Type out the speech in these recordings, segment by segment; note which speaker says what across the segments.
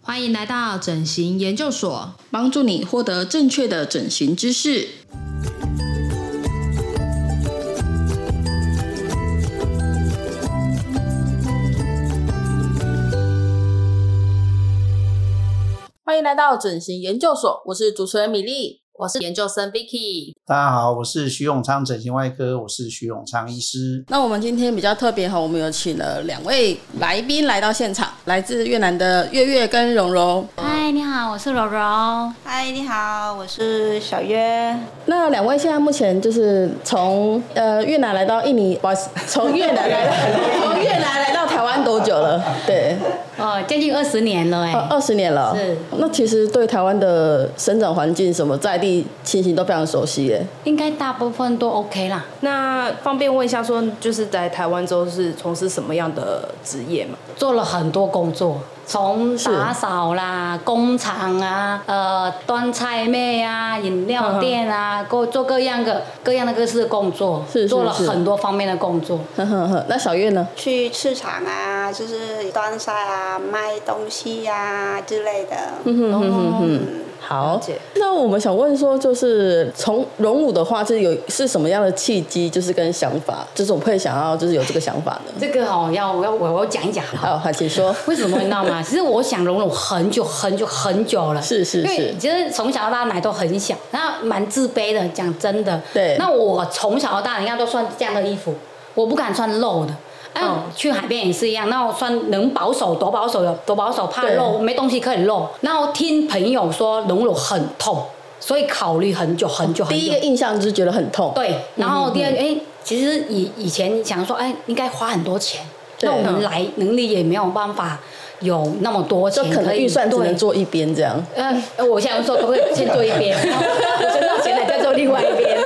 Speaker 1: 欢迎来到整形研究所。
Speaker 2: 帮助你获得正确的整形知识。欢迎来到整形研究所，我是主持人米粒，
Speaker 1: 我是研究生 Vicky，
Speaker 3: 大家好，我是徐永昌整形外科，我是徐永昌医师。
Speaker 2: 那我们今天比较特别哈，我们有请了两位来宾来到现场，来自越南的月月跟蓉蓉。
Speaker 4: 嗨，你好，我是柔柔。
Speaker 5: 嗨，你好，我是小约。
Speaker 2: 那两位现在目前就是从呃越南来到印尼，不好意思，从越南来到从越南来到台湾多久 了？对，
Speaker 4: 哦，将近二十年了哎、
Speaker 2: 呃，二十年了。
Speaker 4: 是。
Speaker 2: 那其实对台湾的生长环境、什么在地情形都非常熟悉耶。
Speaker 4: 应该大部分都 OK 啦。
Speaker 6: 那方便问一下，说 就是在台湾州是从事什么样的职业吗？
Speaker 4: 做了很多工作，从打扫啦、工厂啊、呃端菜妹啊、饮料店啊，各做各样的各样的各式的工作，
Speaker 2: 是是
Speaker 4: 做了
Speaker 2: 是
Speaker 4: 很多方面的工作。
Speaker 2: 呵呵呵。 那小月呢？
Speaker 5: 去市场啊，就是端菜啊，卖东西呀、之类的。
Speaker 2: 嗯哼哼哼
Speaker 6: 哦
Speaker 2: 哼。 好，那我们想问说，就是从荣武的话，是有是什么样的契机，就是跟想法，就是我们会想要，就是有这个想法呢？
Speaker 4: 这个哦，要我要我要讲一讲好。
Speaker 2: 好，好，请说。
Speaker 4: 为什么你知 道吗？其实我想融融很久很久很久了，
Speaker 2: 是是
Speaker 4: 因为
Speaker 2: 是
Speaker 4: 其实从小到大奶都很小，然后蛮自卑的，讲真的。
Speaker 2: 对
Speaker 4: 那我从小到大，你看都穿这样的衣服，我不敢穿露的。哎、
Speaker 2: 哦
Speaker 4: 去海边也是一样，那我穿能保守多保守的，多保守，怕
Speaker 2: 对
Speaker 4: 露，没东西可以露。然后听朋友说融融很痛，所以考虑很久很久很久。
Speaker 2: 第一个嗯印象就是觉得很痛。
Speaker 4: 对，然后第二，哎、其实以以前想说，哎、应该花很多钱，
Speaker 2: 对
Speaker 4: 那我们来能力也没有办法有那么多
Speaker 2: 就
Speaker 4: 钱，
Speaker 2: 可能
Speaker 4: 以
Speaker 2: 预算只能
Speaker 4: 对。
Speaker 2: 做一边这样。
Speaker 4: 呃，我现在说可不可以先做一 边，然后我身上钱了再做另外一边？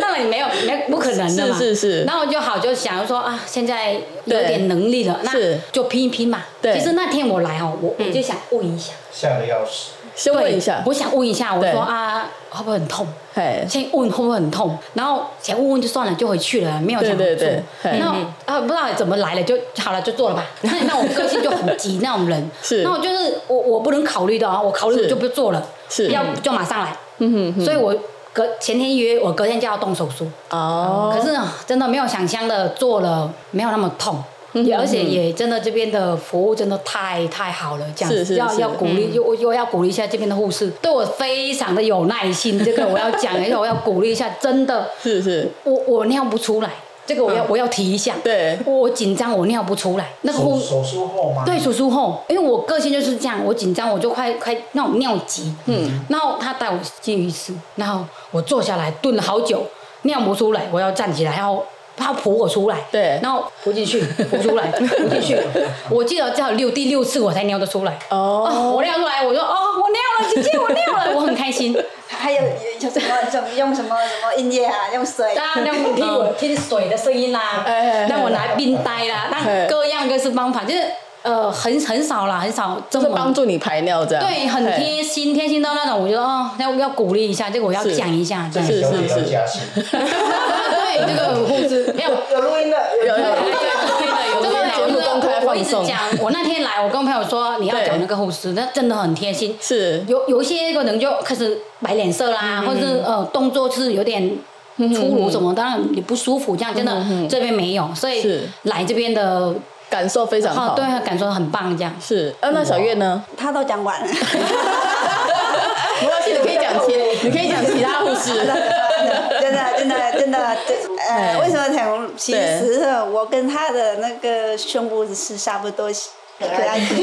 Speaker 4: 当然没有，没不可能的嘛。
Speaker 2: 是是是
Speaker 4: 然后我就好就想说啊，现在有
Speaker 2: 对
Speaker 4: 点能力了，那
Speaker 2: 是
Speaker 4: 就拼一拼嘛。
Speaker 2: 对
Speaker 4: 其实那天我来哦，我我就想问一下，
Speaker 3: 吓得要死，
Speaker 2: 先问一下
Speaker 4: 对，我想问一下，我
Speaker 2: 对
Speaker 4: 说啊，会不会很痛？
Speaker 2: 嘿，
Speaker 4: 先问会不会很痛，然后先问问就算了，就回去了，没有想
Speaker 2: 对对
Speaker 4: 做
Speaker 2: 对。嗯嘿
Speaker 4: 然后啊，不知道怎么来了，就好了，就做了 吧。那那我个性就很急那种人，
Speaker 2: 是
Speaker 4: 那我就是我我不能考虑的啊，我考虑
Speaker 2: 是
Speaker 4: 我就不做了，
Speaker 2: 是
Speaker 4: 要不就马上来。嗯哼，所以我隔前天约我隔天就要动手术，
Speaker 2: 哦，
Speaker 4: 可是啊真的没有想象的做了，没有那么痛。
Speaker 2: 嗯
Speaker 4: 也而且也真的这边的服务真的太太好了，这样子
Speaker 2: 是是
Speaker 4: 要
Speaker 2: 是嗯
Speaker 4: 要鼓励，又又要鼓励一下这边的护士，对我非常的有耐心。这个我要讲 一下，我要鼓励一下，真的，
Speaker 2: 是是，
Speaker 4: 我我尿不出来，这个我要、我要提一下。
Speaker 2: 嗯对
Speaker 4: 哎我我紧张，我尿不出来。那个护
Speaker 3: 手术后吗？
Speaker 4: 对，手术后，因为我个性就是这样，我紧张我就快快那种尿急，嗯，然后他带我进浴室，然后我坐下来蹲了好久，尿不出来，我要站起来，然后他扶我出来，
Speaker 2: 对
Speaker 4: 然后扶进去，扶出来，扶进去，我记得至少六第六次我才尿得出来，
Speaker 2: 哦，
Speaker 4: 哦，我尿出来，我说哦，我尿了，姐姐我尿了，我很开心，
Speaker 5: 还有有什么怎么用什么什么音乐啊，用水。
Speaker 4: 大家让我听我听水的声音啦
Speaker 2: 哎哎哎，
Speaker 4: 让我拿冰袋啦，
Speaker 2: 哎
Speaker 4: 那各样各式方法，就是呃很很少啦，很少这
Speaker 2: 就是
Speaker 4: 么
Speaker 2: 帮助你排尿这样。
Speaker 4: 对，很
Speaker 2: 嘿。
Speaker 4: 贴心，贴心到那种，我觉得哦，要要鼓励一下，这个我要
Speaker 2: 是
Speaker 4: 讲一下，对，
Speaker 2: 是是是
Speaker 3: 加薪，
Speaker 4: 对，这个护士没有。
Speaker 3: 有录音的，
Speaker 2: 有有
Speaker 4: 对对对
Speaker 2: 这个节目公开
Speaker 4: 我
Speaker 2: 放
Speaker 4: 一直
Speaker 2: 送
Speaker 4: 讲，我那天来，我跟朋友说你要
Speaker 2: 对
Speaker 4: 讲那个护士，那真的很贴心。
Speaker 2: 是
Speaker 4: 有有一些可能就开始摆脸色
Speaker 2: 嗯
Speaker 4: 啦，或者是呃动作是有点粗鲁什么，当然你不舒服，这样真
Speaker 2: 嗯
Speaker 4: 的这边没有，所
Speaker 2: 是
Speaker 4: 以来这边的
Speaker 2: 感受非常
Speaker 4: 哦
Speaker 2: 好。
Speaker 4: 对，感受很棒这样。
Speaker 2: 是。啊，那小月呢？
Speaker 5: 他都讲 完了。
Speaker 2: 没关系，你可以讲其，你可以讲其他护士。
Speaker 5: 真的真的真的，这呃，
Speaker 2: 对
Speaker 5: 为什么讲？其
Speaker 2: 对
Speaker 5: 实我跟他的那个胸部是差不多。可爱其实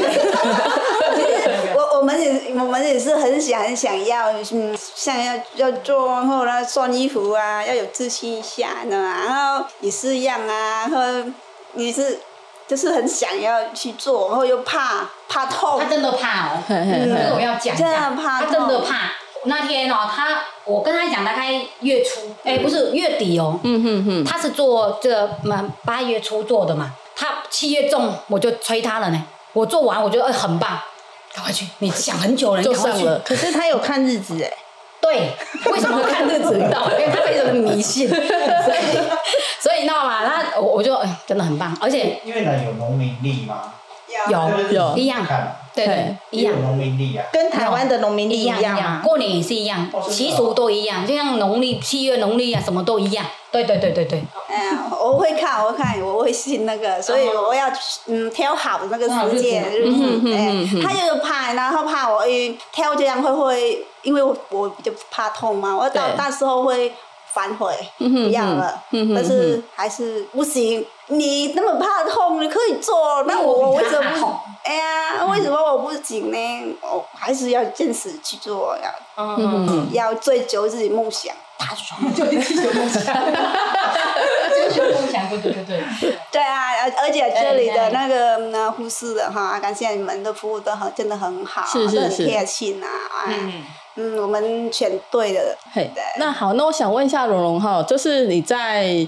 Speaker 5: 我我们也我们也是很想很想要，嗯，想要要做后呢穿衣服啊，要有自信一下呢，然后也是一样啊，然后你是就是很想要去做，然后又怕怕痛
Speaker 4: 他，真的怕哦，
Speaker 2: 嘿嘿嘿
Speaker 4: 这个我要讲一下，
Speaker 5: 真的怕
Speaker 4: 他真的怕。那天哦，他我跟他讲，大概月初，
Speaker 2: 嗯
Speaker 4: 哎，不是月底哦，嗯哼哼，他是做这个嘛八月初做的嘛，他七月中我就催他了呢，我做完我觉得哎很棒，赶快去，你想很久了，你
Speaker 2: 就
Speaker 4: 赶快
Speaker 2: 上
Speaker 4: 去，
Speaker 2: 了，
Speaker 5: 可是他有看日子哎，
Speaker 4: 对，为什么看日子？你知道吗？因为他非常的迷 信，所以所以你知道吗？他我我就哎真的很棒，而且
Speaker 3: 越南有农民历吗？
Speaker 4: 哦有
Speaker 3: 那个日子
Speaker 2: 有
Speaker 3: 怎么
Speaker 4: 一样
Speaker 3: 看
Speaker 4: 对对
Speaker 2: 嘿，
Speaker 4: 一样。
Speaker 3: 农民力 啊，
Speaker 5: 跟台湾的农民力
Speaker 4: 一
Speaker 5: 一
Speaker 4: 样一
Speaker 5: 样啊
Speaker 4: 样，
Speaker 5: 吗？
Speaker 4: 过年也是一样，习俗都一样，就像农历七月农历啊，什么都一样。对对对对对，
Speaker 5: 嗯， 我会看，我会看，我会信那个，所以我要嗯挑好那个时间，就是哎，他就怕，然后怕我因为挑这样会会，因为我我就怕痛嘛，我到
Speaker 2: 对
Speaker 5: 到时候会反悔，
Speaker 2: 哼
Speaker 5: 不要了，
Speaker 2: 嗯哼
Speaker 5: 但是还是不行。你那么怕痛，你可以做，那
Speaker 4: 因为我
Speaker 5: 我
Speaker 4: 比他
Speaker 5: 为什
Speaker 4: 怕
Speaker 5: 么
Speaker 4: 痛
Speaker 5: 不？ 哎呀，为什么我不行呢？我还是要坚持去做，要
Speaker 4: 嗯，
Speaker 5: 要追求自己梦想。
Speaker 4: 就是梦想，对对对对，
Speaker 5: 对啊，而而且这里
Speaker 4: 对
Speaker 5: 的那
Speaker 2: 哎
Speaker 5: 个呢，护士的哈，啊感谢你们的服务都很真的很好，
Speaker 2: 是是
Speaker 5: 都很
Speaker 2: 是
Speaker 5: 贴心啊，嗯嗯，我们全队的，
Speaker 2: 嘿
Speaker 5: 对，
Speaker 2: 那好，那我想问一下蓉蓉哈，就是你在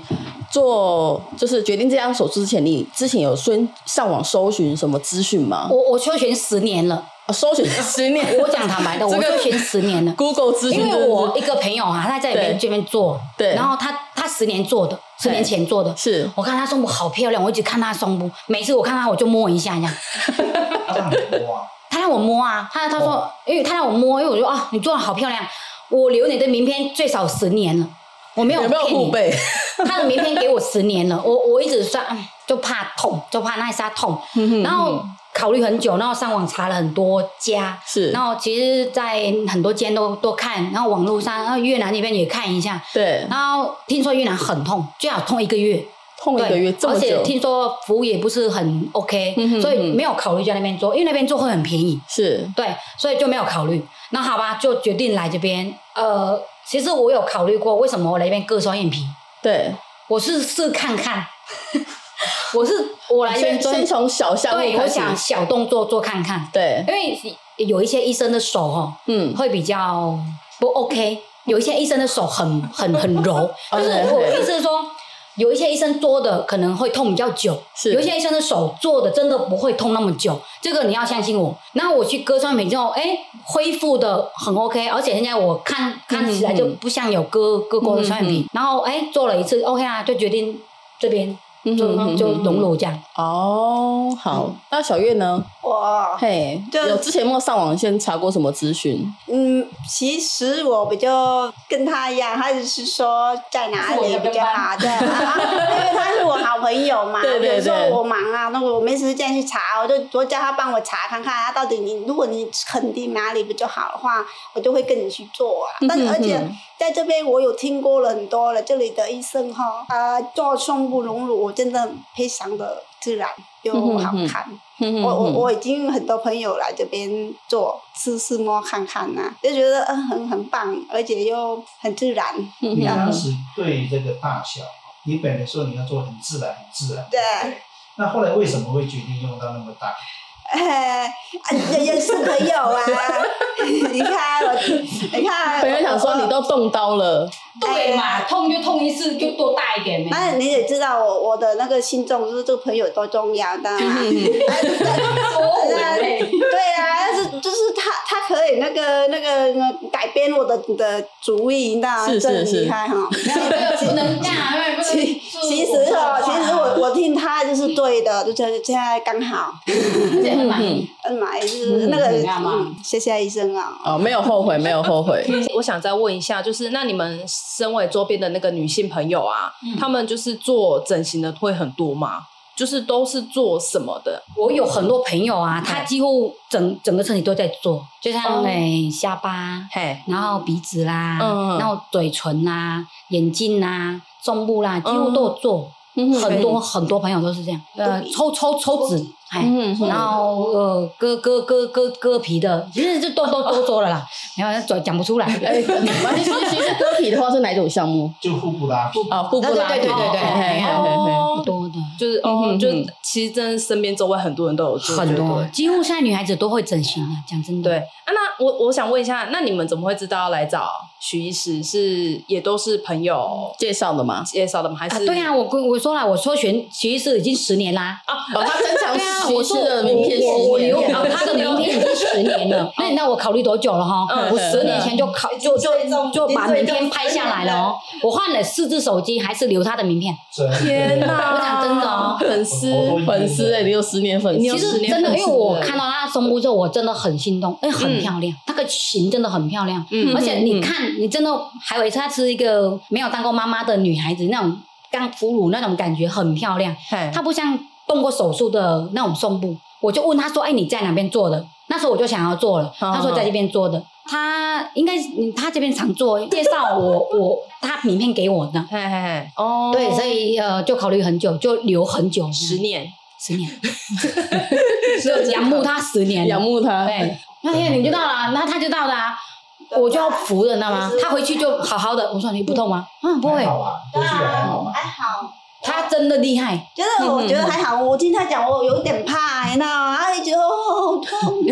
Speaker 2: 做就是决定这样手术之前，你之前有先上网搜寻什么资讯吗？
Speaker 4: 我我休学十年了，
Speaker 2: 啊搜寻十年，
Speaker 4: 我讲坦白 的，我
Speaker 2: 这个
Speaker 4: 休学十年了。
Speaker 2: Google 资
Speaker 4: 因
Speaker 2: 讯
Speaker 4: 为
Speaker 2: 真的
Speaker 4: 我一个朋友啊，他在里面
Speaker 2: 对
Speaker 4: 这边做，
Speaker 2: 对
Speaker 4: 然后他他十年做的，十年前做的，
Speaker 2: 是
Speaker 4: 我看他胸部好漂亮，我一直看他胸部，每次我看他我就摸一下这样，
Speaker 3: 哇，
Speaker 4: 他让我摸啊，他他说，
Speaker 2: 哦
Speaker 4: 因为他让我摸，因为我说啊，你做的好漂亮，我留你的名片最少十年了，我没有
Speaker 2: 有没有
Speaker 4: 骗
Speaker 2: 护
Speaker 4: 你，
Speaker 2: 背？
Speaker 4: 他的名片给我十年了，我我一直算，嗯就怕痛，就怕那一下痛，
Speaker 2: 嗯
Speaker 4: 然后考虑很久，然后上网查了很多家，
Speaker 2: 是
Speaker 4: 然后其实，在很多间都都看，然后网络上，然后越南那边也看一下，
Speaker 2: 对，
Speaker 4: 然后听说越南很痛，最好痛一个月，
Speaker 2: 痛一个月
Speaker 4: 对
Speaker 2: 这么
Speaker 4: 而且
Speaker 2: 久，
Speaker 4: 听说服务也不是很 OK，、
Speaker 2: 嗯哼
Speaker 4: 所以
Speaker 2: 嗯
Speaker 4: 没有考虑在那边做，因为那边做会很便宜，
Speaker 2: 是
Speaker 4: 对，所以就没有考虑。那好吧，就决定来这边。呃，其实我有考虑过，为什么我来这边割双眼皮？
Speaker 2: 对，
Speaker 4: 我是试看看，我是我来这边
Speaker 2: 先
Speaker 4: 做，
Speaker 2: 先从小项目
Speaker 4: 对，我
Speaker 2: 开始，
Speaker 4: 想小动作做看看，
Speaker 2: 对，
Speaker 4: 因为有一些医生的手哦，
Speaker 2: 嗯，
Speaker 4: 会比较不 OK。有一些医生的手很很很柔，就
Speaker 2: 哦
Speaker 4: 是
Speaker 2: 对
Speaker 4: 我
Speaker 2: 对
Speaker 4: 意思是说，有一些医生做的可能会痛比较久，
Speaker 2: 是
Speaker 4: 有一些医生的手做的真的不会痛那么久，这个你要相信我。那我去割双眼皮之后，哎，恢复的很 OK，而且现在我看看起来就不像有割割过的双眼皮，然后哎做了一次 OK 啊，就决定这边就、
Speaker 2: 嗯哼嗯哼
Speaker 4: 就隆乳这样。
Speaker 2: 哦，好，
Speaker 6: 嗯
Speaker 2: 那小月呢？
Speaker 5: 我
Speaker 2: 嘿，
Speaker 5: 就
Speaker 2: 有之前有没有上网先查过什么资讯？
Speaker 5: 嗯，其实我比较跟他一样，他只是说在哪里比较好，对，啊啊 因为他是我好朋友嘛，
Speaker 2: 对对
Speaker 5: 有时候
Speaker 2: 对
Speaker 5: 我忙啊，那我没时间去查，我就我叫他帮我查看看，他到底你如果你肯定哪里比较好的话，我就会跟你去做啊。但
Speaker 2: 嗯
Speaker 5: 是
Speaker 2: 哼
Speaker 5: 而且
Speaker 2: 嗯
Speaker 5: 在这边我有听过了很多了，这里的医生哈，啊、做胸部隆乳真的非常的自然又
Speaker 2: 嗯哼
Speaker 5: 好
Speaker 2: 嗯
Speaker 5: 看。
Speaker 2: 哼哼
Speaker 5: 我我
Speaker 2: 哼
Speaker 5: 我已经很多朋友来这边做试试摸看看呐、就觉得嗯很很棒，而且又很自然。
Speaker 2: 嗯
Speaker 3: 你
Speaker 2: 哼
Speaker 3: 当时对这个大小，你本来说你要做很自然，很自然。
Speaker 5: 对，
Speaker 3: 那后来为什么会决定用到那么大？
Speaker 5: 哎，也也是朋友啊。你看我，你看，
Speaker 2: 朋友想说你
Speaker 5: 我。
Speaker 2: 都动 刀了，
Speaker 5: 对嘛
Speaker 4: 痛就痛一次，就多大一点
Speaker 5: 那你也知道我我的那个心中就是这个朋友多重要的、啊。对啊，但是就是他，他可以那个那个呃改变我的的主意，你知道吗？
Speaker 2: 是
Speaker 5: 这很
Speaker 2: 是是
Speaker 5: 厉害哈。
Speaker 4: 嗯不能这样，
Speaker 5: 其其实哦，其实我我听他就是对的，就是现在刚好，嗯嘛，也是那个，
Speaker 4: 嗯干嘛
Speaker 5: 嗯，谢谢医生啊。
Speaker 2: 哦，没有后悔，没有后悔。
Speaker 6: 我想再问一下，就是那你们身为周边的那个女性朋友啊，
Speaker 2: 嗯
Speaker 6: 她们就是做整形的会很多吗？就是都是做什么的？
Speaker 4: 我有很多朋友啊，他几乎整整个身体都在做，就像
Speaker 6: 哦
Speaker 4: 诶下巴，
Speaker 6: 嘿，
Speaker 4: 然后鼻子啦，
Speaker 6: 嗯
Speaker 4: 然后嘴唇啦、眼睛啊啦、胸部啦，几乎都有做。很多很多朋友都是这样，呃，抽抽抽脂，哎，
Speaker 2: 嗯
Speaker 4: 然后呃，割割割割割皮的，其实就都都都做了啦，然后讲讲不出来。
Speaker 2: 哎，其实其实割皮的话是哪种项目？
Speaker 3: 就腹部拉皮。
Speaker 2: 啊，腹部拉皮，
Speaker 4: 对对对对对
Speaker 2: 嘿嘿嘿嘿嘿
Speaker 6: 哦
Speaker 4: 很 多的，
Speaker 7: 就是
Speaker 2: 嗯
Speaker 7: 哦
Speaker 2: 嗯，
Speaker 7: 就是
Speaker 2: 嗯
Speaker 7: 其实真的身边周围很多人都有做，
Speaker 4: 很
Speaker 7: 就
Speaker 4: 多
Speaker 7: 对，
Speaker 4: 几乎现在女孩子都会整形的，讲真的。
Speaker 7: 对啊，那
Speaker 6: 我我想问一下，那你们怎么会知道要来找许医师？是也都是朋友
Speaker 2: 介绍的嘛。
Speaker 6: 介绍的吗？还
Speaker 4: 啊
Speaker 6: 是、，
Speaker 4: 对啊，我跟我说了，我说选徐医师已经十年啦。
Speaker 6: 啊，
Speaker 2: 哦，他珍藏
Speaker 4: 对啊，
Speaker 2: 徐
Speaker 4: 我
Speaker 2: 医
Speaker 4: 说
Speaker 2: 师
Speaker 4: 我
Speaker 2: 的名片哦
Speaker 4: 我
Speaker 2: 十
Speaker 4: 我留
Speaker 2: 年，
Speaker 4: 啊他的名片已经十年了，那你知道我考虑多久了哈
Speaker 6: 嗯？
Speaker 4: 我十年前就考就就
Speaker 5: 最终
Speaker 4: 就把
Speaker 5: 最
Speaker 4: 名
Speaker 5: 终
Speaker 4: 片拍下来了哦。我换了四只手机，还是留他的名片。
Speaker 3: 真的
Speaker 6: 天哪！
Speaker 4: 我讲真的哦
Speaker 6: 粉
Speaker 3: 丝
Speaker 2: 粉丝哎，你有十年粉
Speaker 6: 你
Speaker 2: 丝，
Speaker 6: 有
Speaker 4: 其实
Speaker 6: 10年
Speaker 4: 真的，
Speaker 6: 粉
Speaker 4: 因为
Speaker 6: 丝
Speaker 4: 我
Speaker 6: 了
Speaker 4: 看到她的胸部之后，我真的很心动，哎，很漂亮，那个型真的很漂亮，
Speaker 6: 嗯
Speaker 4: 而且
Speaker 2: 嗯
Speaker 4: 你看，你真的还有一次，她是一个没有当过妈妈的女孩子，那种刚哺乳那种感觉很漂亮，
Speaker 6: 嘿
Speaker 4: 她不像动过手术的那种胸部。我就问她说：“哎，你在哪边做的？”哦那时候我就想要做了，
Speaker 6: 嗯
Speaker 4: 她说在这边做的。她应该是嗯她这边常做，介绍我我她名片给我的，
Speaker 6: 嘿嘿嘿，哦，
Speaker 4: 对，所以呃就考虑很久，就留很久，
Speaker 6: 十年，
Speaker 4: 十 年，就 仰慕他十年，
Speaker 2: 仰。慕他，
Speaker 4: 对，啊哎那天你就到了，那他就到了啊，我就要服了，你知道吗？他回去就好好的，我说你不痛吗？嗯，不
Speaker 3: 还
Speaker 4: 会，
Speaker 3: 好吧？回去还好吧？
Speaker 5: 还好。
Speaker 4: 他真的厉害，
Speaker 5: 觉得我觉得还好，我听他讲，我有点怕，你知道吗？他一直哦，好痛，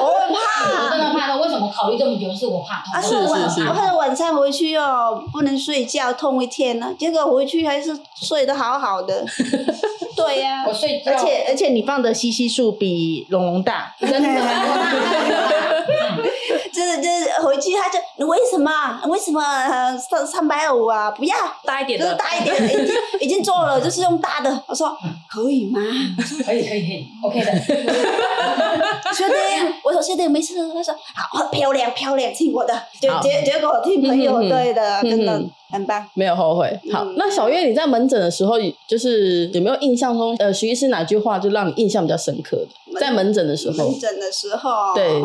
Speaker 5: 我会
Speaker 4: 我真
Speaker 5: 怕。
Speaker 4: 的怕他。为什么考虑这么久？是我怕
Speaker 5: 啊，
Speaker 4: 痛。
Speaker 5: 是
Speaker 2: 是
Speaker 5: 晚，
Speaker 2: 是
Speaker 5: 我怕晚上回去哦，不能睡觉，痛一天呢、结果回去还是睡得好好 的。对呀、哦
Speaker 4: 我睡觉，
Speaker 7: 而且而且你放的西西数比龙龙大，
Speaker 4: 真的， 嗯
Speaker 5: 就是就是回去他就你为什么为什么呃三三百五啊？不要，
Speaker 6: 大一点
Speaker 5: 就是
Speaker 6: 的，
Speaker 5: 大一点，已经已经做 了，就是用大的。我说可以吗？
Speaker 4: 可以可以可以，OK 的。
Speaker 5: 确定？我说确定没事。他说好，漂亮漂亮，听我的。结
Speaker 6: 好
Speaker 5: 结结果听朋友
Speaker 2: 嗯嗯嗯
Speaker 5: 对的，真的
Speaker 2: 嗯嗯
Speaker 5: 很棒。
Speaker 2: 没有后悔。好，
Speaker 5: 嗯
Speaker 2: 那小月你在门诊的时候，就是有没有印象中，呃，徐医师哪句话就让你印象比较深刻的？在门诊的时候
Speaker 5: 门，诊哦的时候，
Speaker 2: 对，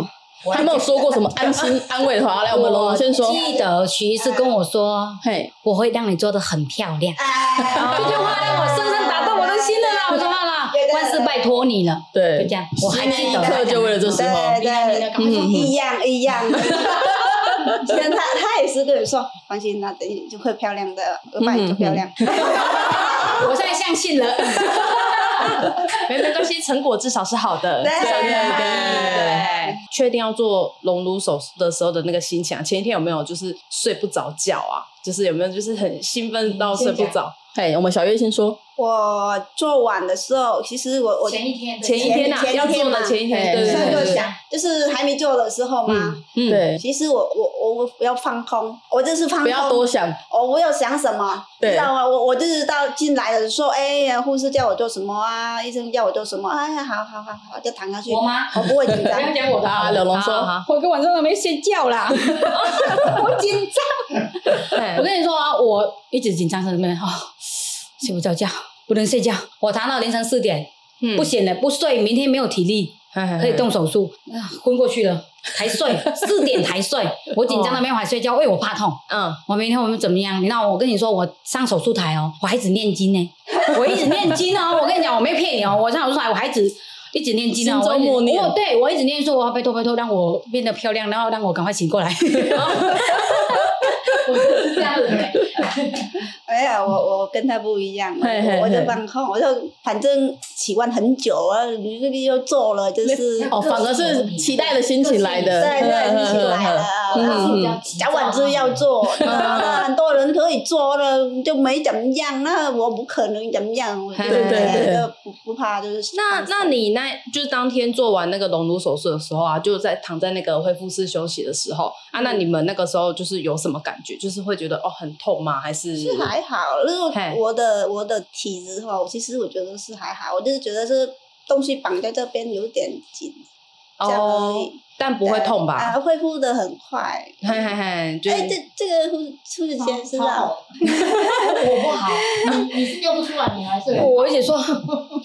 Speaker 2: 他没有说过什么安心安慰的话。来，我们龙龙先说，
Speaker 4: 记得徐医师跟我说，
Speaker 2: 嘿，
Speaker 4: 我会让你做的很漂亮。
Speaker 5: 哎，
Speaker 4: 这句话让我深深打动我的心了啦！我说好啦，万事拜托你了，就
Speaker 2: 对
Speaker 4: 这，样，我还记得。
Speaker 2: 刻就为了这时候，
Speaker 5: 对对，
Speaker 2: 嗯嗯嗯
Speaker 5: 一样一样。虽然他他也是跟我说，放心啦，等你就会漂亮的，我帮你做漂亮。
Speaker 4: 我现在相信了。
Speaker 6: 没没关系，成果至少是好的。
Speaker 5: 对
Speaker 6: 对对
Speaker 5: 对
Speaker 6: 对，确定要做隆乳手术的时候的那个心情啊，前一天有没有就是睡不着觉啊？就是有没有就是很兴奋
Speaker 5: 嗯
Speaker 6: 到睡不着？
Speaker 2: 嘿，我们小月先说，
Speaker 5: 我做完的时候，其实我我
Speaker 4: 前一天，
Speaker 6: 前一天啊，
Speaker 5: 前一
Speaker 6: 要
Speaker 5: 天
Speaker 6: 做
Speaker 5: 嘛
Speaker 6: 的前一
Speaker 2: 嘿
Speaker 6: 天，对
Speaker 5: 所
Speaker 6: 对对
Speaker 5: 以就
Speaker 6: 对，
Speaker 5: 想，就是还没做的时候嘛。
Speaker 6: 嗯，
Speaker 2: 对，
Speaker 5: 其实我我我我要放空，我就是放空，
Speaker 2: 不要多想，
Speaker 5: 我不要想什么，
Speaker 2: 对
Speaker 5: 知道吗？我我就是到进来的时候，哎呀，护士叫我做什么啊，医生叫我做什么，哎呀，好好好好，就躺下去。
Speaker 4: 我吗？
Speaker 5: 我不会紧张
Speaker 4: 不，要讲我的好
Speaker 2: 啊，龙
Speaker 4: 了。
Speaker 2: 龙
Speaker 6: 好
Speaker 2: 说，
Speaker 6: 好
Speaker 4: 我一个晚上都没睡 觉啦，我紧张。我
Speaker 6: 嘿
Speaker 4: 跟你说啊，我一直紧张什么？哦，睡不着觉，不能睡觉。我躺到凌晨四点，
Speaker 6: 嗯
Speaker 4: 不行了，不睡，明天没有体力，可以，动手术，啊昏过去了。才睡，四点才睡，我紧张到没办法睡
Speaker 6: 哦
Speaker 4: 觉，因为我怕痛。
Speaker 6: 嘿嘿嗯，
Speaker 4: 我明天我们怎么样？你知道我跟你说，我上手术台哦，我还一直念经呢，我一直念经哦。我跟你讲，我没骗你哦，我上手术台我还一直一直念经哦，
Speaker 2: 心中
Speaker 4: 我一直
Speaker 2: 默念
Speaker 4: 我对我一直念说，我要拜托拜托，让我变得漂亮，然后让我赶快醒过来。 我就是这样子的，
Speaker 5: 哎呀，我我跟他不一样，
Speaker 2: 嘿嘿
Speaker 5: 我我就
Speaker 2: 嘿
Speaker 5: 放空，我就反正喜欢很久啊，你这个又做了，就是
Speaker 2: 哦，反而是期待的心情来的，
Speaker 5: 对对，起来了，
Speaker 2: 嗯
Speaker 5: 然后早晚就要做，
Speaker 6: 嗯
Speaker 5: 那很多人可以做了，就没怎么样，那我不可能怎么样，我就哎
Speaker 6: 对对
Speaker 2: 对
Speaker 5: 就不不怕就是
Speaker 6: 那
Speaker 5: 放松
Speaker 6: 那你那就是当天做完那个隆乳手术的时候啊，就在躺在那个恢复室休息的时候啊，那你
Speaker 5: 嗯
Speaker 6: 们那个时候就是有什么感觉？就是会觉得哦很痛吗？还是
Speaker 5: 是还好，如果
Speaker 6: 嘿
Speaker 5: 我的我的体质哈，其实我觉得是还好，我就是觉得是东西绑在这边有点紧，这样而
Speaker 6: 哦
Speaker 5: 已，
Speaker 6: 但不会痛吧？
Speaker 5: 啊，恢复的很快。
Speaker 6: 嘿嘿嘿，就
Speaker 5: 哎，这这个护护士先啊知道，
Speaker 7: 我不 好，你你是尿不出来，你还是
Speaker 4: 我一直说，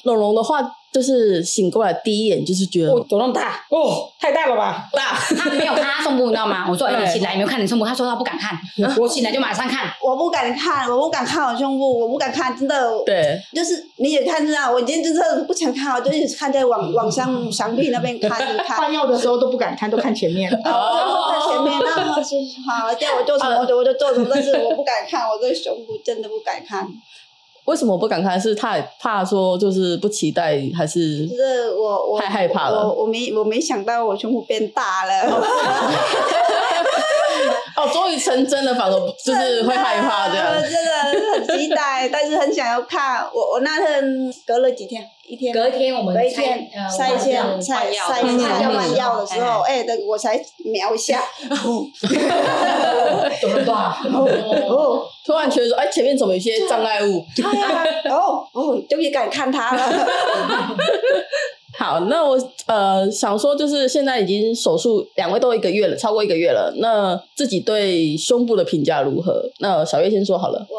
Speaker 2: 龙龙的话就是醒过来第一眼就是觉得
Speaker 4: 我多那么大哦，太大了吧？大，他没有看他胸部，你知道吗？我说，哎、你醒来有没有看你胸部？他说他不敢 看，我醒来就马上看。
Speaker 5: 我不敢看，我不敢看我胸部，我不敢看，真的，
Speaker 2: 对，
Speaker 5: 就是你也看知道，我已经就是不想看，我就一直看在 网网上墙壁那边看一直看
Speaker 7: 换，
Speaker 2: 哦
Speaker 7: 药的时候都不敢看，都看前面。
Speaker 5: 然后在前面，然后是
Speaker 2: 呃
Speaker 5: 好叫我做什么我就我就做什么，但是我不敢看，我这个胸部真的不敢看。
Speaker 2: 为什么不敢看？是太怕说就是不期待，还是
Speaker 5: 就是我我
Speaker 2: 太害怕了
Speaker 5: 我我没我没想到我胸部变大了，啊
Speaker 2: 哦，终于成真了，反而 就是会害怕这样
Speaker 5: 我。 真的很期待，但是很想要看。我我那天隔了几天，一天
Speaker 4: 隔天我们
Speaker 5: 隔一
Speaker 4: 拆
Speaker 5: 天
Speaker 4: 呃
Speaker 5: 塞一
Speaker 4: 换
Speaker 5: 下
Speaker 4: 药
Speaker 5: 塞
Speaker 1: 换药
Speaker 5: 塞一下
Speaker 1: 嗯
Speaker 5: 要换药的时候，哎，那我才瞄一下，
Speaker 4: 怎么办？
Speaker 5: 哦
Speaker 2: 突然觉得说，哎，前面怎么有一些障碍物？
Speaker 5: 哦哦，终于敢看他了。
Speaker 2: 好，那我呃想说，就是现在已经手术两位都一个月了，超过一个月了。那自己对胸部的评价如何？那小月先说好了。
Speaker 5: 我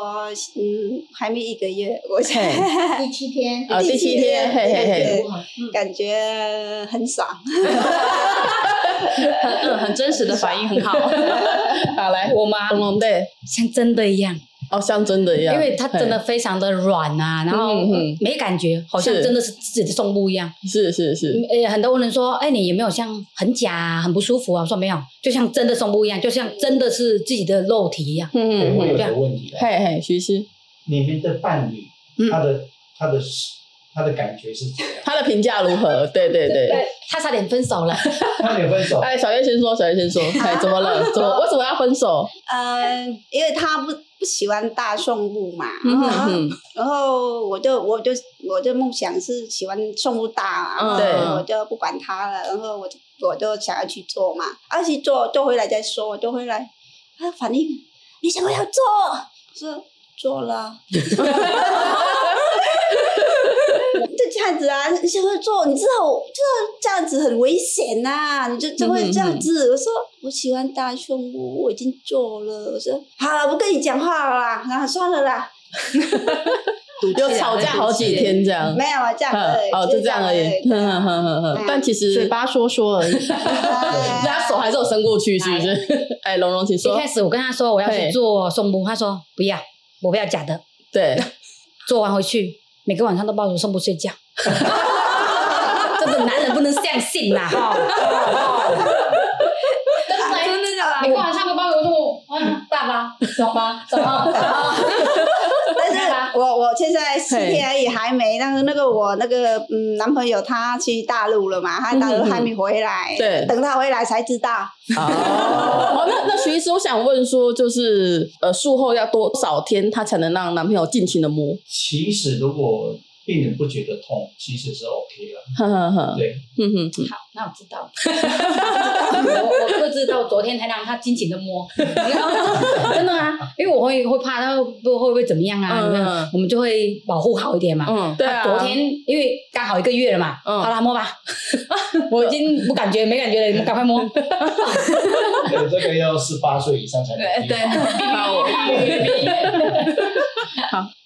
Speaker 5: 嗯还没一个月，我才
Speaker 2: 嘿
Speaker 7: 第七天，
Speaker 2: 啊，第七天，嘿嘿嘿，
Speaker 7: 如何
Speaker 5: 感觉很爽。
Speaker 1: 很嗯很真实的反应，很好。
Speaker 2: 好来，
Speaker 4: 我吗
Speaker 2: 龙？龙对，
Speaker 4: 像真的一样，
Speaker 2: 哦，像真的一
Speaker 1: 啊
Speaker 2: 样，
Speaker 4: 因为它真的非常的软啊，然后
Speaker 2: 嗯嗯
Speaker 4: 没感觉，好像
Speaker 2: 是
Speaker 4: 真的是自己的胸部一样。
Speaker 2: 嘿是是是，
Speaker 4: 诶，很多人说，哎，你有没有像很假、啊、很不舒服啊？我说没有，就像真的胸部一样，就像真的是自己的肉体一样。
Speaker 2: 嗯
Speaker 3: 对
Speaker 2: 嗯
Speaker 3: 我有
Speaker 2: 嗯，
Speaker 4: 这样
Speaker 3: 个问题啊，
Speaker 2: 嘿嘿，徐师，
Speaker 3: 你们的伴侣
Speaker 4: 嗯，
Speaker 3: 他的他的他的感觉是怎样？
Speaker 2: 他的评价如何？对对对，
Speaker 4: 他差点分 手了，
Speaker 3: 他没有分手，
Speaker 2: 哎，小月先说，小月先说，哎，怎么了？怎么为什么要分手？
Speaker 5: 呃，因为他不不喜欢大胸部嘛，
Speaker 2: 嗯
Speaker 5: 然后
Speaker 2: 哼，
Speaker 5: 然后我就我就我就梦想是喜欢胸部大嘛，
Speaker 2: 嗯
Speaker 5: 然后我就不管他了，然后我就我就想要去做嘛，啊去做做回来再说，我就回来，他反应你想要做，我说做了。啊 就这样子啊，你想要做，你知道我这这样子很危险呐、你就就会这样子。我说我喜欢大胸部，我已经做了。我说好了，不跟你讲话了啦，然后算了啦。
Speaker 2: 有吵架好几天这样。
Speaker 5: 没有啊，这样
Speaker 2: 嗯
Speaker 5: 而已
Speaker 2: 哦，就这样而已。哼哼哼哼哼，但其实
Speaker 6: 嘴巴说说而已。
Speaker 5: 人
Speaker 2: 人家手还是有伸过去，是不是？哎，龙龙，请
Speaker 4: 一
Speaker 2: 说
Speaker 4: 开。始我跟他说我要去
Speaker 2: 嘿
Speaker 4: 做胸部，他说不要，我不要假的。
Speaker 2: 对，
Speaker 4: 做完回去，每个晚上都抱着胸部睡 觉。真的男人不能相信呐、哈
Speaker 7: 真的假的？你晚上不抱我说，嗯，大吧，小吧，小吧，
Speaker 5: 但是我我现在四
Speaker 2: 嘿
Speaker 5: 天而已，还没那个那个我那个嗯男朋友他去大陆了嘛，他大
Speaker 2: 嗯
Speaker 5: 陆
Speaker 2: 嗯嗯
Speaker 5: 还没回来，
Speaker 2: 对
Speaker 5: 等他回来才知道。
Speaker 2: 哦，那那徐医师，我想问说，就是呃，术后要多少天，她才能让男朋友尽情的摸？
Speaker 3: 其实如果病人不觉得痛，其实是 OK 了。
Speaker 2: 哼哼哼，
Speaker 3: 对，
Speaker 2: 哼哼哼，
Speaker 4: 那我知道，我我不知道，昨天才让他尽情的摸， 真的啊，因为我会会怕他会不会不会怎么样啊，
Speaker 2: 嗯
Speaker 4: 有没有我们就会保护好一点嘛。
Speaker 2: 嗯，对啊。
Speaker 4: 昨天因为刚好一个月了嘛，
Speaker 2: 嗯
Speaker 4: 好啦，摸吧， 我已经不感觉没感觉了，你们赶快 摸。
Speaker 3: 这个这个要十八岁以上才能用。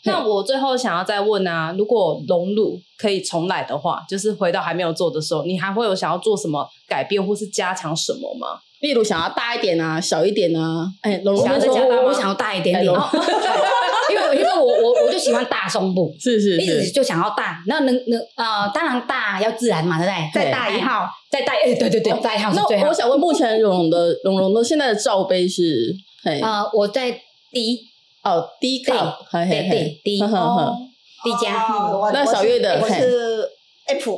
Speaker 6: 那我最后想要再问啊，如果隆乳可以重来的话，就是回到还没有做的时候，你还会有想要做什么改变或是加强什么吗？
Speaker 2: 例如想要大一点啊，小一点啊，哎，龙龙
Speaker 4: 想要
Speaker 2: 先
Speaker 4: 再
Speaker 2: 说
Speaker 4: 加大，我
Speaker 2: 我
Speaker 4: 想要大一点
Speaker 2: 哎
Speaker 4: 点，
Speaker 2: 龙
Speaker 4: 哦 因为因为我我我就喜欢大胸部，
Speaker 2: 是是
Speaker 4: 一直
Speaker 2: 是，
Speaker 4: 就想要大，那能能呃，当然大要自然嘛，对不对？
Speaker 2: 对
Speaker 4: 再大一号，再大，哎，对对对，大一号是最
Speaker 2: 那
Speaker 4: 好
Speaker 2: 我。想问，目前龙龙的龙龙的现在的罩杯是，嘿，
Speaker 6: 哦
Speaker 4: 呃，我在低
Speaker 2: 哦，D 卡，嘿嘿
Speaker 4: 对
Speaker 2: 嘿
Speaker 4: 对，低
Speaker 2: 哼哼哼。
Speaker 4: 低加，
Speaker 5: 哦我
Speaker 2: 嗯那
Speaker 5: 我是
Speaker 2: 小月的
Speaker 5: 我
Speaker 2: 嘿
Speaker 5: 是 F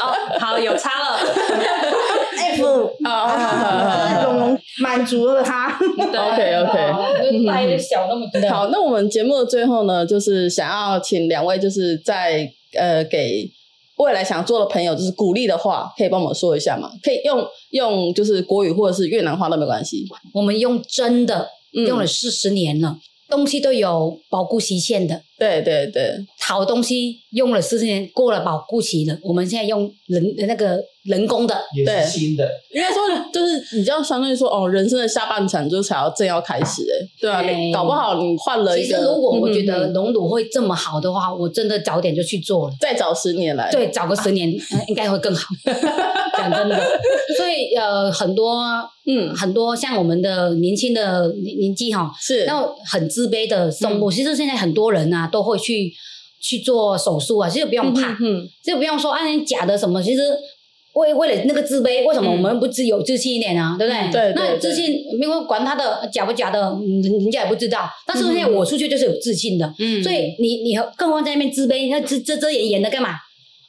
Speaker 6: 哦，好，有差了。
Speaker 5: F，
Speaker 6: 哦
Speaker 2: 哦啊
Speaker 5: 龙龙满足了他。
Speaker 2: ，OK OK。
Speaker 4: 就大一小那么多。
Speaker 2: 好，那我们节目的最后呢，就是想要请两位就是在呃给未来想做的朋友就是鼓励的话，可以帮我们说一下吗？可以用用就是国语或者是越南话都没关系。
Speaker 4: 我们用真的，
Speaker 2: 嗯
Speaker 4: 用了四十年了，东西都有保固期限的，
Speaker 2: 对对对，
Speaker 4: 好东西用了四十年，过了保固期了，我们现在用人那个人工的，
Speaker 3: 也
Speaker 2: 对
Speaker 3: 是新的，
Speaker 2: 应该说就是你这样相当于说哦，人生的下半场就才要正要开始哎、对啊，
Speaker 4: 哎
Speaker 2: 你搞不好你换了
Speaker 4: 其
Speaker 2: 一
Speaker 4: 实
Speaker 2: 个，
Speaker 4: 如果我觉得
Speaker 2: 嗯嗯嗯
Speaker 4: 隆乳会这么好的话，我真的早点就去做了。
Speaker 2: 再早十年来，
Speaker 4: 对，找个十年、
Speaker 2: 哎
Speaker 4: 呃应该会 更好。讲真的，所以呃，很多
Speaker 2: 嗯
Speaker 4: 很多像我们的年轻的年年纪哈，
Speaker 2: 是，
Speaker 4: 那很自卑的胸
Speaker 2: 嗯
Speaker 4: 部，其实现在很多人啊都会去去做手术啊，其实不用怕，哎
Speaker 2: 嗯
Speaker 4: 其实不用说啊你假的什么，其实为为了那个自卑，为
Speaker 1: 嗯
Speaker 4: 什么我们不自有自信一点呢、啊？对不对？
Speaker 2: 对对
Speaker 4: 那
Speaker 2: 对
Speaker 4: 自信，因为管他的假不假的，嗯人家也不知道。但是现在我出去就是有自信的，
Speaker 1: 嗯
Speaker 4: 所以你你更何况在那边自卑，那遮遮遮掩掩的干嘛？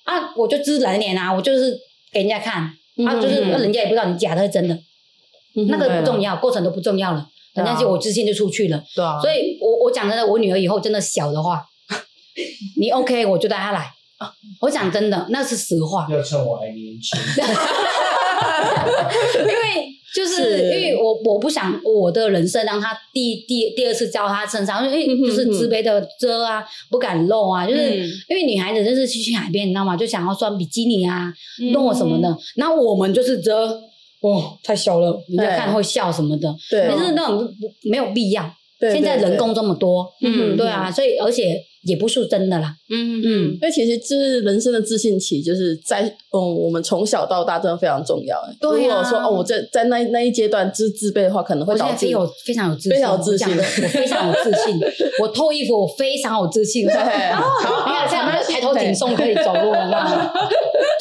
Speaker 4: 啊，我就自然脸啊，我就是给人家看，啊，就是
Speaker 1: 嗯嗯嗯
Speaker 4: 人家也不知道你假的是真的，那个
Speaker 1: 对
Speaker 4: 不
Speaker 1: 了
Speaker 4: 重要，过程都不重要了，人家
Speaker 1: 对啊
Speaker 4: 就我自信就出去了。
Speaker 1: 对啊，
Speaker 4: 所以我我讲真的，我女儿以后真的小的话， 你 OK 我就带她来。啊我讲真的，那是实话，
Speaker 3: 要趁我还年轻，
Speaker 4: 因为就是
Speaker 2: 是
Speaker 4: 因为我我不想我的人生让她第第第二次交她身上，因为
Speaker 2: 嗯哼
Speaker 4: 就是自卑的遮啊，不敢露啊，就是
Speaker 1: 嗯
Speaker 4: 因为女孩子就是去去海边，你知道吗？就想要穿比基尼啊，露什么的。那我们就是遮，哦，太小了，人家
Speaker 2: 对
Speaker 4: 看会笑什么的，
Speaker 2: 对
Speaker 4: 但是那种不不没有必要。
Speaker 2: 对
Speaker 4: 现在
Speaker 2: 对
Speaker 4: 人
Speaker 2: 对
Speaker 4: 工这么多，
Speaker 1: 嗯
Speaker 4: 对啊，所以而且也不是真的啦，
Speaker 1: 嗯
Speaker 4: 嗯
Speaker 1: 嗯，
Speaker 2: 因为其实就是人生的自信期，就是在嗯，我们从小到大真的非常重要。
Speaker 4: 对啊
Speaker 2: 如果说哦，我在在那那一阶段就是自卑的话，可能
Speaker 4: 我
Speaker 2: 会
Speaker 4: 现
Speaker 2: 导
Speaker 4: 在
Speaker 2: 致
Speaker 4: 非有非常有自信，
Speaker 2: 非常有自信
Speaker 4: 我讲真的我非常有自 信，我脱衣服我非常有自信， 你看这样就抬头挺胸可以走路了 那种。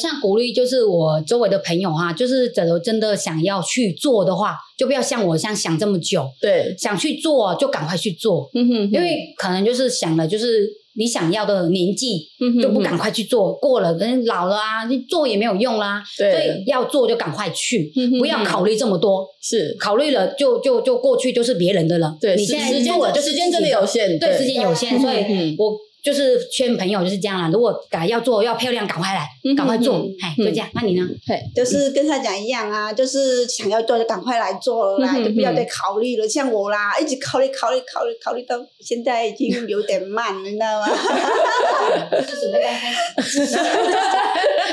Speaker 4: 像鼓励就是我周围的朋友哈、啊，就是假如真的想要去做的话，就不要像我像想这么久，
Speaker 2: 对，
Speaker 4: 想去做就赶快去做，
Speaker 2: 嗯哼，
Speaker 4: 因为可能就是想了就是你想要的年纪
Speaker 2: 嗯哼
Speaker 4: 就不赶快去做，过了人老了啊，你做也没有用啦，
Speaker 2: 对
Speaker 4: 所以要做就赶快去
Speaker 2: 嗯哼，
Speaker 4: 不要考虑这么多，
Speaker 2: 是
Speaker 4: 考虑了就就就过去就是别人的了。
Speaker 2: 对
Speaker 4: 你
Speaker 2: 时
Speaker 4: 现在
Speaker 2: 时间
Speaker 4: 做了就
Speaker 2: 时间真的有限，
Speaker 4: 对时间有限，所
Speaker 2: 嗯
Speaker 4: 以我就是劝朋友就是这样啦。如果赶要做要漂亮，赶快来
Speaker 2: 嗯，
Speaker 4: 赶快做
Speaker 2: 嗯，
Speaker 4: 哎，
Speaker 2: 嗯
Speaker 4: 就这样。那你呢？
Speaker 5: 就是跟他讲一样啊，就是想要做就赶快来做了啦，
Speaker 2: 嗯哼
Speaker 5: 就不要再考虑了。像我啦，一直考虑考虑考虑考虑到现在已经有点慢了，你知道吗？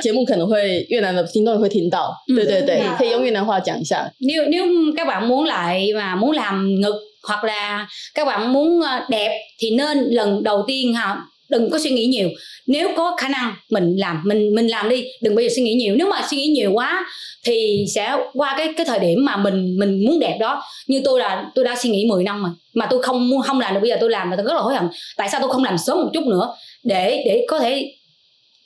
Speaker 2: 节目可能会越南的听众会听到，
Speaker 4: 嗯
Speaker 2: 对对对
Speaker 7: 真的，
Speaker 2: 可以用越南话讲一下。
Speaker 4: Nếu nếu các bạn muốn lại mà muốn làm ngực hoặc là các bạn muốn ờ, đẹp thì nên lần đầu tiên ha đừng có suy nghĩ nhiều nếu có khả năng mình làm mình mình làm đi đừng bao giờ suy nghĩ nhiều nếu mà suy nghĩ nhiều quá thì sẽ qua cái cái thời điểm mà mình mình muốn đẹp đó như tôi là tôi đã suy nghĩ 10 năm rồi mà tôi không muốn không làm được bây giờ tôi làm là tôi rất là hối hận tại sao tôi không làm sớm một chút nữa để để có thể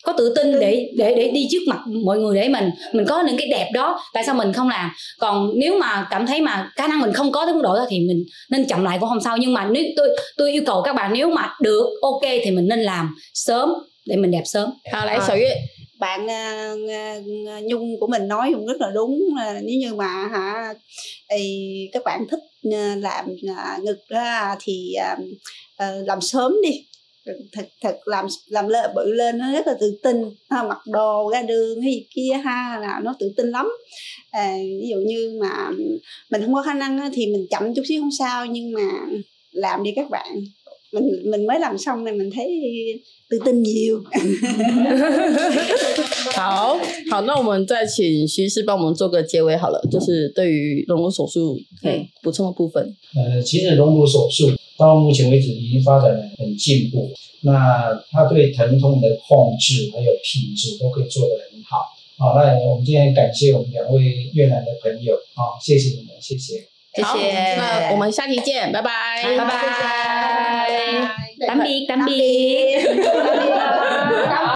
Speaker 4: có tự tin để để để đi trước mặt mọi người để mình mình có những cái đẹp đó tại sao mình không làm còn nếu mà cảm thấy mà khả năng mình không có tới mức độ đó thì mình nên chậm lại cũng không sao nhưng mà nếu tôi tôi yêu cầu các bạn nếu mà được ok thì mình nên làm sớm để mình đẹp sớm
Speaker 2: 好，来小月，
Speaker 5: bạn à, à, à, nhung của mình nói cũng rất là đúng là nếu như mà hả thì các bạn thích à, làm à, ngực ra thì à, à, làm sớm đi thật thật làm làm lợ bự lên nó rất là tự tin ha, mặc đồ ra đường hay gì kia ha là nó tự tin lắm à, ví dụ như mà mình không có khả năng á, thì mình chậm chút xíu không sao nhưng mà làm đi các bạn mình mình mới làm xong này mình thấy tự tin nhiều
Speaker 2: 好好，那我们再请徐医师帮我们做个结尾好了，就是对于隆乳手术可
Speaker 4: 嗯
Speaker 2: 以补充的部分。
Speaker 3: 呃，其实隆乳手术到目前为止已经发展得很进步，那它对疼痛的控制还有品质都可以做得很好。好，那我们今天感谢我们两位越南的朋友，好，谢谢你们，谢谢。
Speaker 1: 谢
Speaker 2: 好
Speaker 1: 谢，
Speaker 2: 那我们下期见，拜拜，
Speaker 1: 拜拜。
Speaker 4: tạm biệt tạm biệt